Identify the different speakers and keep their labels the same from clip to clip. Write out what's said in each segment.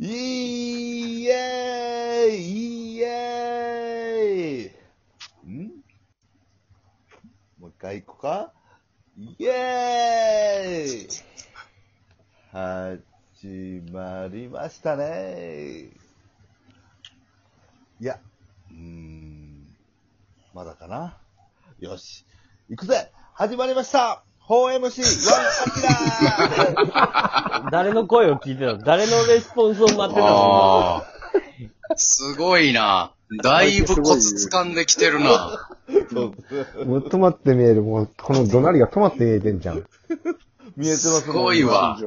Speaker 1: イエーイイエーイんもう一回行こうかイエーイ始まりましたねいや、うーん、まだかなよし、行くぜ始まりました !4MC1 アキラー
Speaker 2: 誰の声を聞いてたの誰のレスポンスを待ってたの
Speaker 3: ああ。すごいな。だいぶコツ掴んできてるな。
Speaker 1: そう
Speaker 4: もう止まって見える。もう、この怒鳴りが止まって見えてんじゃん。
Speaker 1: 見えてますね
Speaker 3: すごいわ。
Speaker 1: はい、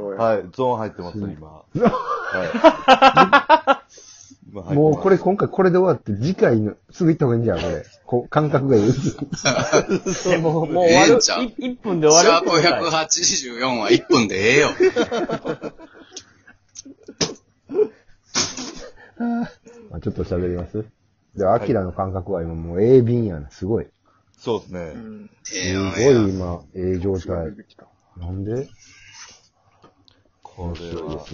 Speaker 1: ゾーン入ってます、今。 はい今入ってます
Speaker 4: もうこれ、今回これで終わって、次回の、すぐ行った方がいいんじゃん、これ。こう、感覚がいい。
Speaker 2: でも、もう終わ
Speaker 3: ええ
Speaker 2: る。
Speaker 3: んちゃう
Speaker 2: い一分で
Speaker 3: シ
Speaker 2: 終
Speaker 3: ャ
Speaker 2: わ
Speaker 3: ー
Speaker 2: る
Speaker 3: プ184は1分でええよ。
Speaker 4: まあちょっと喋りますで、アキラの感覚は今もう鋭敏やな。すごい。
Speaker 1: そうですね。
Speaker 3: ええ
Speaker 4: す
Speaker 3: よ
Speaker 4: ご
Speaker 3: ええよ
Speaker 4: い今、ええ状態。なんで
Speaker 1: これ
Speaker 4: そうで
Speaker 1: は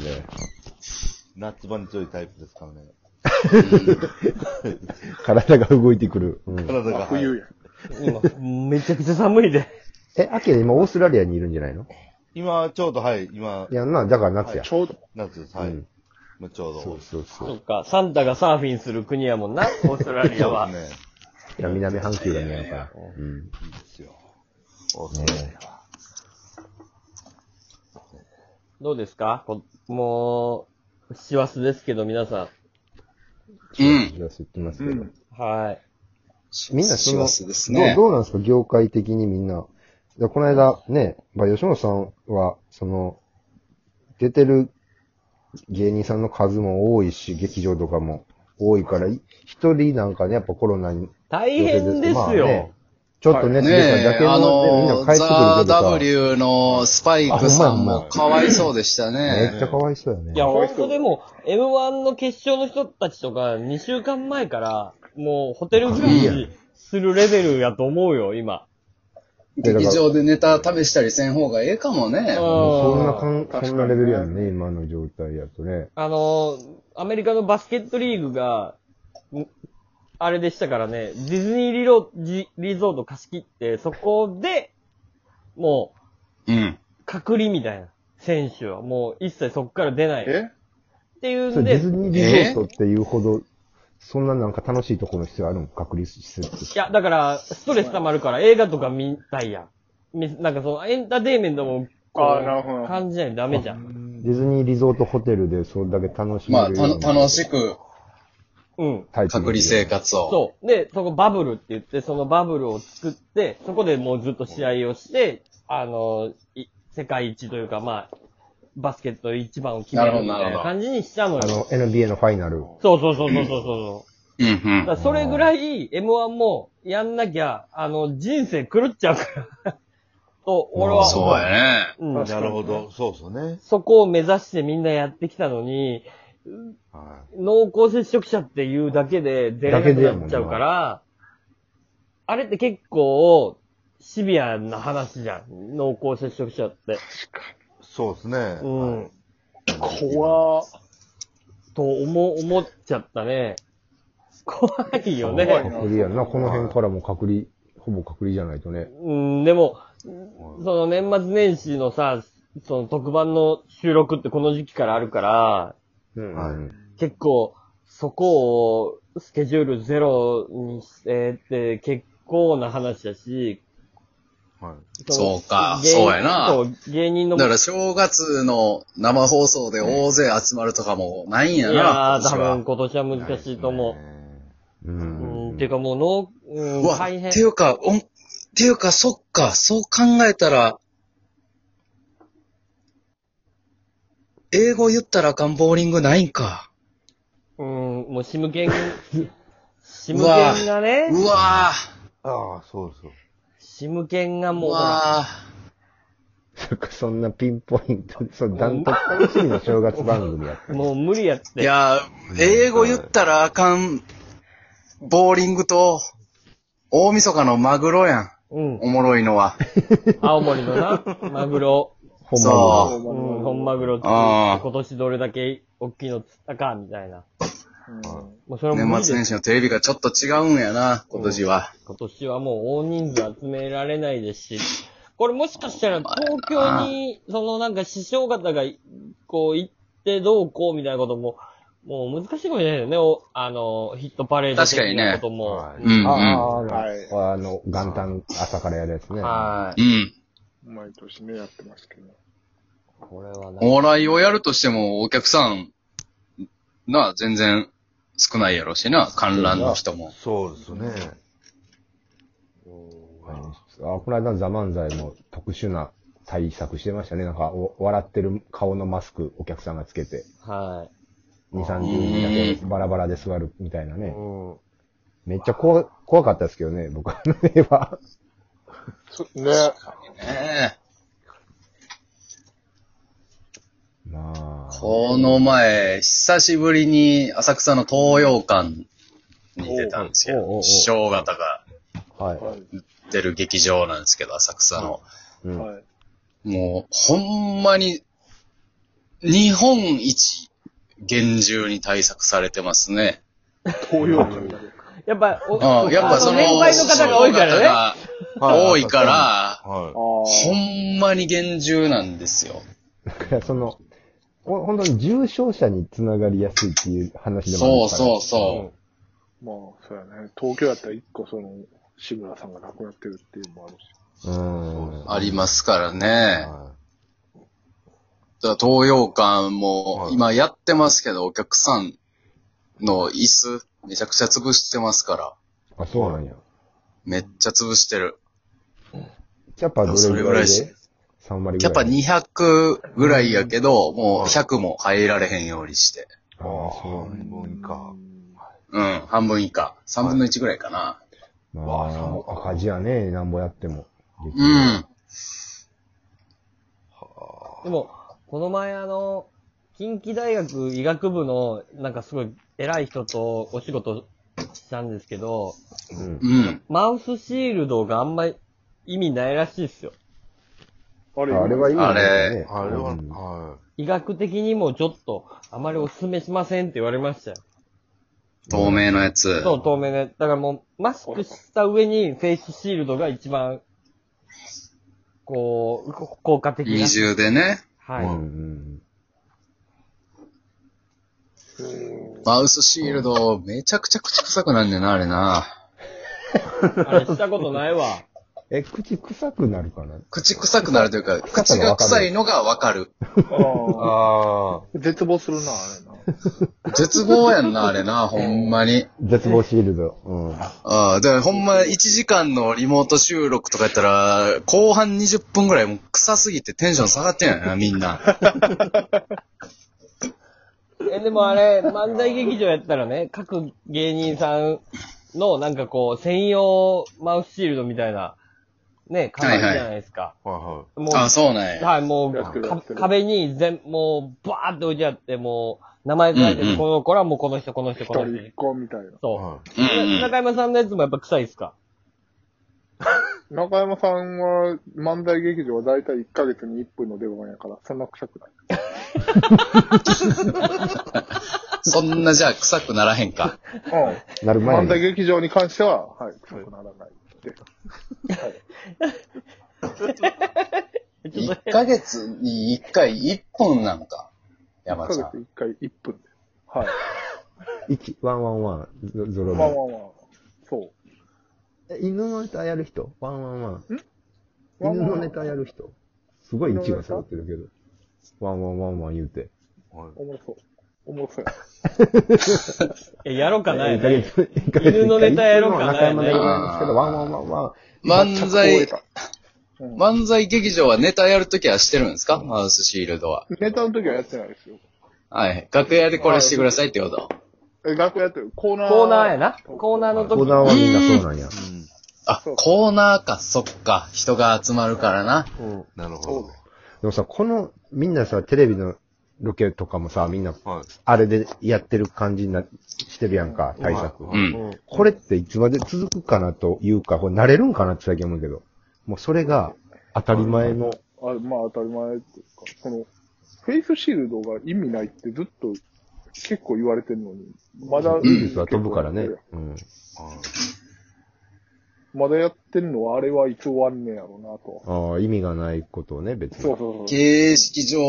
Speaker 4: す、ね。
Speaker 1: ナッツ場に強いタイプですからね。
Speaker 4: 体が動いてくる。うん、
Speaker 1: 体が。冬や。
Speaker 2: 今、めちゃくちゃ寒いで。
Speaker 4: え、アキラ今オーストラリアにいるんじゃないの
Speaker 1: 今、ちょうど、はい、今
Speaker 4: い、や、な、だから夏や。
Speaker 5: ちょうど。
Speaker 1: 夏です。は
Speaker 4: う
Speaker 1: い
Speaker 4: ん。
Speaker 1: まあちょう
Speaker 4: そ
Speaker 1: ど
Speaker 4: う。そうそ。
Speaker 2: そうっか、サンタがサーフィンする国やもんな、オーストラリアは
Speaker 1: そう。ですね。
Speaker 4: いや、南半球が見えるから。うん。
Speaker 1: いいですよ。オーストラリアは
Speaker 2: どうですかこもう、師走ですけど、皆さ
Speaker 3: うん。
Speaker 4: 気がしてますけど。
Speaker 2: ん。はい。
Speaker 4: みんなその
Speaker 3: 幸せですね
Speaker 4: どう。どうなんですか業界的にみんな。だこの間ね、まあ、吉野さんは、その、出てる芸人さんの数も多いし、劇場とかも多いから、い一人なんかね、やっぱコロナに。
Speaker 2: 大変です
Speaker 4: まあね
Speaker 2: よ。
Speaker 4: ちょっとね、
Speaker 3: ね
Speaker 4: だ
Speaker 3: え、
Speaker 4: け
Speaker 3: あ
Speaker 4: の、みんな
Speaker 3: の
Speaker 4: 帰ってくるけど
Speaker 3: ザ・
Speaker 4: さ、め
Speaker 3: W のスパイクさんもかわいそうでした
Speaker 4: っ
Speaker 3: ね。
Speaker 4: ちゃかわいそうやね。
Speaker 2: いや、ほんとでも、M1 の決勝の人たちとか、2週間前から、もう、ホテル暮らしするレベルやと思うよ、今。
Speaker 3: 劇場でネタ試したりせん方がええかもね。
Speaker 4: もうそんなか
Speaker 2: うん
Speaker 4: ん、そんなレベルやんね、今の状態やとね。
Speaker 2: あのー、アメリカのバスケットリーグが、んあれでしたからね、ディズニーリロジリゾート貸し切って、そこで、も
Speaker 3: うん。
Speaker 2: う、隔離みたいな。選手はもう一切そこから出ない。っ
Speaker 5: え
Speaker 2: てい
Speaker 4: そ
Speaker 2: ん
Speaker 4: うれデ
Speaker 2: で、
Speaker 4: ィズ
Speaker 2: い
Speaker 4: ニーリゾートっていうほど、そんななんか楽しいところの必要あるの隔離施設って。
Speaker 2: や、だから、ストレス溜まるから映画とか見たいやん。みなんかその、エンターテインメントも、こう
Speaker 5: あーなるほど
Speaker 2: 感じないとダメじゃん。
Speaker 4: ディズニーリゾートホテルでそれだけ楽しめ
Speaker 3: まあ、
Speaker 4: る
Speaker 3: た
Speaker 4: ような
Speaker 3: 楽しく
Speaker 2: うん。
Speaker 4: タイプの
Speaker 3: 隔離生活を。
Speaker 2: そう。で、そこバブルって言って、そのバブルを作って、そこでもうずっと試合をして、あの、い世界一というか、まあ、バスケット一番を決め
Speaker 3: なる
Speaker 2: る
Speaker 3: ほ
Speaker 2: み
Speaker 3: ど
Speaker 2: たい
Speaker 3: なる
Speaker 2: な
Speaker 3: ほど
Speaker 2: 感じにしちゃうの
Speaker 4: あの
Speaker 2: よ。、
Speaker 4: NBA のファイナル。
Speaker 2: そうそうそうそうそうそう
Speaker 3: うんう
Speaker 2: だ
Speaker 3: ん
Speaker 2: か。らそれぐらい M1 もやんなきゃ、あの、人生狂っちゃうから。 と、俺は
Speaker 3: そうやね。
Speaker 2: うん
Speaker 1: なるほど。そうですよね。
Speaker 2: そこを目指してみんなやってきたのに、
Speaker 1: は
Speaker 2: 濃厚接触者っていうだけで出れなくなっちゃうから、あれって結構シビアな話じゃん。濃厚接触者って。
Speaker 1: い。そうですね。
Speaker 2: うん。
Speaker 5: 怖
Speaker 2: と思、思っちゃったね。怖いよ
Speaker 5: 怖い
Speaker 2: ね。
Speaker 5: な
Speaker 4: 隔離やんな。この辺からも隔離、ほぼ隔離じゃないとね。
Speaker 2: うん、でも、その年末年始のさ、その特番の収録ってこの時期からあるから、
Speaker 4: うん
Speaker 1: はい
Speaker 2: 結構、そこをスケジュールゼロにしてって結構な話だし、
Speaker 1: はい。
Speaker 3: そうかそうやな
Speaker 2: そう、芸人の。
Speaker 3: だから正月の生放送で大勢集まるとかもないんや
Speaker 2: いや
Speaker 3: な。
Speaker 2: ー、多分
Speaker 3: 今
Speaker 2: 今年は難しいと思
Speaker 1: な
Speaker 4: う
Speaker 2: う。
Speaker 4: ん。
Speaker 2: うん、ていうかもう脳、うん、大
Speaker 3: 年はうわ、
Speaker 2: 変
Speaker 3: って。いうか、おん、っていうか、そっか、そう考えたら、英語言ったらあかんボーリングないんか。
Speaker 2: うん、もうシム ケン、シム
Speaker 3: うわ
Speaker 2: ケンがね、
Speaker 3: うわ
Speaker 1: ああ、そうそう。
Speaker 2: シムケンが
Speaker 3: ー
Speaker 2: も
Speaker 3: う
Speaker 2: うほら、
Speaker 3: わ
Speaker 4: そっかそんなピンポイントで、そう、ダントツ楽しみの正月番組やった。
Speaker 2: もう無理やっ
Speaker 3: ー
Speaker 2: て。
Speaker 3: いやー、英語言ったらあかんボーリングと、大晦日のマグロやん。
Speaker 2: うん。
Speaker 3: おもろいのは。
Speaker 2: 青森のな、マグロ。
Speaker 4: 本
Speaker 3: そ
Speaker 2: うん、本マグロって
Speaker 3: あー
Speaker 2: 今年どれだけ大きいの釣ったか、みたいな。
Speaker 5: う
Speaker 2: もうそれも無
Speaker 3: 年
Speaker 2: 理
Speaker 3: 末
Speaker 2: で
Speaker 3: 年始のテレビがちょっと違うんやな、今年は。
Speaker 2: 今年はもう大人数集められないですし、これもしかしたら東京に、そのなんか師匠方が、こう行ってどうこうみたいなことも、もう難しいかもしれないよね。おあの、ヒットパレード的
Speaker 3: 確かにね
Speaker 2: なことも。
Speaker 3: う、
Speaker 4: うんああ、
Speaker 5: はい
Speaker 4: あの、元旦朝からやるやつね。
Speaker 2: は
Speaker 3: う
Speaker 2: い。
Speaker 3: ん。
Speaker 5: ん。毎年ね、やってますけど。
Speaker 2: これは
Speaker 3: お
Speaker 2: ね。
Speaker 3: 笑いをやるとしても、お客さん、なあ、全然少ないやろしな、観覧の人も。
Speaker 1: そうですね。
Speaker 4: あこの間、ザ・漫才も特殊な対策してましたね。なんか、お笑ってる顔のマスク、お客さんがつけて、
Speaker 2: は。
Speaker 4: 2、30人だけバラバラで座るみたいないね。
Speaker 2: うん。
Speaker 4: めっちゃ怖怖かったですけどね、僕はあの絵は。
Speaker 5: そね。
Speaker 3: ねえ
Speaker 4: まあ。
Speaker 3: この前、久しぶりに浅草の東洋館に出たんですけ
Speaker 2: おうおうお
Speaker 3: ど、
Speaker 2: う
Speaker 3: 師匠方が
Speaker 4: はい。
Speaker 5: はい。
Speaker 3: 出る劇場なんですけど、浅草の。
Speaker 4: うん。
Speaker 5: はい。
Speaker 3: もう、ほんまに、日本一厳重に対策されてますね。
Speaker 5: 東洋館だね。
Speaker 2: やっぱ、お
Speaker 3: うん、やっぱその、
Speaker 2: 年配の方が多いからね。
Speaker 3: が多いから、
Speaker 5: あ
Speaker 1: は
Speaker 3: ほ
Speaker 5: あ。
Speaker 3: んまに厳重なんですよ。
Speaker 4: だからその、ほ本当に重症者につながりやすいっていう話でもあ
Speaker 3: そう
Speaker 4: る
Speaker 3: そ
Speaker 4: から。
Speaker 3: う
Speaker 2: う
Speaker 3: そ
Speaker 2: ん
Speaker 3: う。
Speaker 5: まあ、そうやね。東京やったら一個その、志村さんが亡くなってるっていうのもあるし。
Speaker 4: う。うん。
Speaker 3: ありますから
Speaker 1: い。
Speaker 3: ね。だ
Speaker 1: は
Speaker 3: から東洋館も
Speaker 1: は、い
Speaker 3: 今やってますけど、お客さんの椅子、めちゃくちゃ潰してますから。
Speaker 4: あ、そうなんや。
Speaker 3: めっちゃ潰してる。
Speaker 4: キャパどれぐらい
Speaker 3: それぐ
Speaker 4: で ?3 割ぐらい。
Speaker 3: キャパ200ぐらいやけど、もう100も入られへんようにして。
Speaker 4: ああ、そ
Speaker 1: 半分以下。
Speaker 3: うん、半分以下。3分の1ぐらいかな。
Speaker 4: う。ま
Speaker 1: わあそう
Speaker 4: あ、赤字やね、なんぼやっても。
Speaker 3: うん。
Speaker 2: でも、この前あの、近畿大学医学部の、なんかすごい偉い人とお仕事したんですけど、
Speaker 4: うん。
Speaker 3: うん。
Speaker 2: マウスシールドがあんまり意味ないらしいですよ。
Speaker 5: あれ、
Speaker 4: あれはいい
Speaker 3: あれ
Speaker 4: ね。
Speaker 1: あれは、
Speaker 4: うん
Speaker 1: は
Speaker 2: 医学的にもちょっと、あまりお勧めしませんって言われましたよ。
Speaker 3: 透明のやつ。
Speaker 2: そう、透明ね。だからもう、マスクした上にフェイスシールドが一番、こう、こ効果的
Speaker 3: 二
Speaker 2: な。
Speaker 3: 重でね。
Speaker 2: は
Speaker 4: う
Speaker 2: い。
Speaker 4: んうん。
Speaker 3: マウスシールド、めちゃくちゃ口臭くなんねんな、あれな。
Speaker 2: あれしたことないわ。
Speaker 4: え、口臭くなるかな
Speaker 3: 口臭くなるというか、
Speaker 4: 臭
Speaker 3: 口
Speaker 4: さが
Speaker 3: が
Speaker 4: わかる
Speaker 3: 臭いのがわかる。
Speaker 5: ああ
Speaker 1: あ
Speaker 5: 絶望するな、あれな。
Speaker 3: 絶望やんな、あれ な、ほんまに。
Speaker 4: 絶望シールド。うん。
Speaker 3: ああ、だからほんま1時間のリモート収録とかやったら、後半20分ぐらいもう臭すぎてテンション下がってんやな、みんな。
Speaker 2: え、でもあれ、漫才劇場やったらね、各芸人さんのなんかこう、専用マウスシールドみたいな、ね、感じじゃないですか。
Speaker 1: あ、は
Speaker 2: もう
Speaker 3: ああ、そうなんや。
Speaker 2: はい、もう
Speaker 5: やってるや
Speaker 2: か
Speaker 5: ってる
Speaker 2: 壁に全、もう、バーって置いてあって、もう、名前書いてる、
Speaker 3: うんうん
Speaker 2: この子らもうこの人、この人、
Speaker 5: 一
Speaker 2: この
Speaker 5: 人一
Speaker 2: 人。
Speaker 5: 個みたいな。
Speaker 1: い。
Speaker 2: そ
Speaker 1: は
Speaker 2: う。
Speaker 3: うんう
Speaker 2: 中山さんのやつもやっぱ臭いっすか
Speaker 5: 中山さんは、漫才劇場はだいたい1ヶ月に1分の出番やから、そんな臭くない。
Speaker 3: ん。そんなじゃあ臭くならへんか。
Speaker 5: うん。
Speaker 4: なる前
Speaker 5: 漫才
Speaker 4: に。
Speaker 5: 劇場に関しては、はい、臭くならないって。
Speaker 3: 1ヶ月に1回1分なんか。
Speaker 5: 1ヶ
Speaker 3: 山ちゃ
Speaker 5: 月
Speaker 3: ん。
Speaker 5: 1回1分で。はい。
Speaker 4: 一ワンワンワン、ゾゾロ
Speaker 5: まあまあ
Speaker 4: 目。
Speaker 5: まあ。そ
Speaker 4: え犬のネタやる人ワンワンワン。
Speaker 5: う。
Speaker 4: 犬のネ
Speaker 5: まあまあ
Speaker 4: タやる人すごい位置が下がってるけど。ワンワンワンワン言うて。
Speaker 1: はい
Speaker 5: おもろそう。おもろそうや。
Speaker 2: え、やろうかな
Speaker 4: え
Speaker 2: い
Speaker 4: 一ヶ
Speaker 2: ね。
Speaker 4: 月、一ヶ月
Speaker 2: 犬のネタやろうかな
Speaker 4: 中山でございますけど、ワンワンワンワン。
Speaker 3: 漫
Speaker 5: 終え
Speaker 3: 才、
Speaker 5: たうん
Speaker 3: 漫才劇場はネタやるときはしてるんですかマウスシールドは。
Speaker 5: ネタの時はやってないですよ。
Speaker 3: はい。楽屋でこれしてくださいってこと。
Speaker 5: え、楽屋やってる。コーナー。
Speaker 2: コーナーやな。コーナーの
Speaker 4: 小
Speaker 2: 時。
Speaker 4: 沢はみんなそうなんや。
Speaker 1: うん。
Speaker 3: あ、コーナーか、そっか。人が集まるからな。
Speaker 2: うん。
Speaker 1: なる
Speaker 5: そう
Speaker 1: ほ
Speaker 5: です
Speaker 4: でもさ、この、みんなさ、テレビのロケとかもさ、みんな、
Speaker 1: ど。はい。
Speaker 4: あれでやってる感じにな、してるやんか、対策。
Speaker 1: は
Speaker 3: う
Speaker 1: い
Speaker 3: ん。
Speaker 4: これっていつまで続くかなというか、これ慣れるんかなって最近思うけど。もうそれが当たり前の
Speaker 5: あまあ当たり前っていうか、この、フェイスシールドが意味ないってずっと結構言われてるのに、まだ。
Speaker 4: ウイルスは飛ぶからね。うん。
Speaker 5: まだやってるのは、あれはいつ終わんねやろうなと。
Speaker 4: ああ、意味がないことをね、別に。
Speaker 5: そうそうそう。
Speaker 3: 形式上、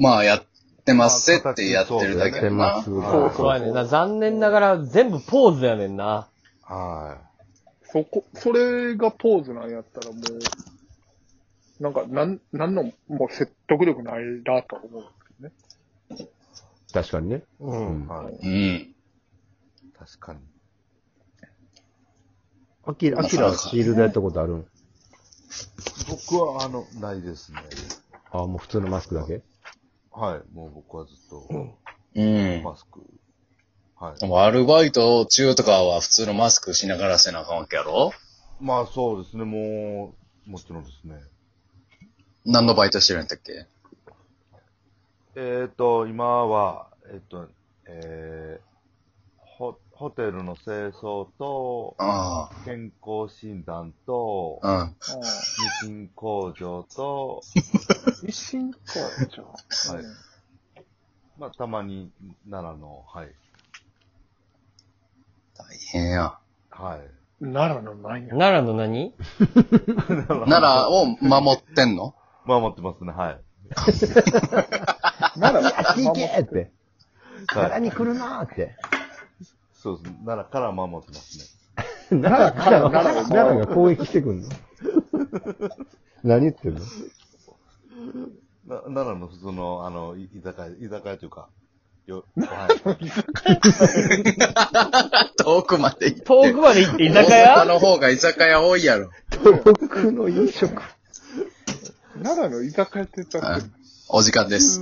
Speaker 3: まあやってますせってやってるだけ
Speaker 4: やっ
Speaker 3: だな。
Speaker 4: てますが。
Speaker 5: そう
Speaker 2: そうやねんな。残念ながら全部ポーズやねんな。
Speaker 1: は
Speaker 5: そこ、それがポーズなんやったらもう、なんか、なん、なんの、もう説得力ないなと思う。
Speaker 4: 確かにね。
Speaker 1: い。うん。
Speaker 4: ん
Speaker 1: はい。
Speaker 3: うん。
Speaker 1: 確かに。
Speaker 4: アキラ、アキラはシールドやったことあるん
Speaker 1: 僕は、あの、ないですね。
Speaker 4: ああ、もう普通のマスクだけ
Speaker 1: はい。もう僕はずっと、
Speaker 3: うん。
Speaker 1: マスク。はい。
Speaker 3: でもアルバイト中とかは普通のマスクしながらせなあかんわけやろ
Speaker 1: まあそうですね、もう、もちろんですね。
Speaker 3: 何のバイトしてるんだっけ
Speaker 1: えっ、ー、と、今は、えっ、と、えー、ホホテルの清掃と、
Speaker 3: あ
Speaker 1: 健康診断と、
Speaker 3: あ、うん。
Speaker 1: ミシン工場と、
Speaker 5: 一心か、じゃあ。
Speaker 1: はいまあたまに奈良の、はい。
Speaker 3: 大変 や。
Speaker 1: はい。
Speaker 5: 奈良のなんや。
Speaker 2: 奈良の何
Speaker 3: 奈良を守ってんの
Speaker 1: 守ってますね、はい。
Speaker 5: 奈良
Speaker 4: あっち行け
Speaker 5: は
Speaker 4: って。
Speaker 1: は
Speaker 4: 奈
Speaker 1: い、
Speaker 4: 良に来るなーって。
Speaker 1: そうですね、奈良から守ってますね。
Speaker 4: 奈良、奈良、
Speaker 5: 奈良
Speaker 4: 奈良が攻撃してくんの何言ってんの
Speaker 1: な奈良の普通の、あの、い居酒屋、居酒屋というか、よ、はい。
Speaker 3: 遠くまで行って。
Speaker 2: 遠くまで行 って居酒
Speaker 3: 大阪
Speaker 2: 屋
Speaker 3: の方が居酒屋多いやろ。
Speaker 4: 僕の飲食。
Speaker 5: 奈良の居酒屋って言ったっけ
Speaker 3: お時間です。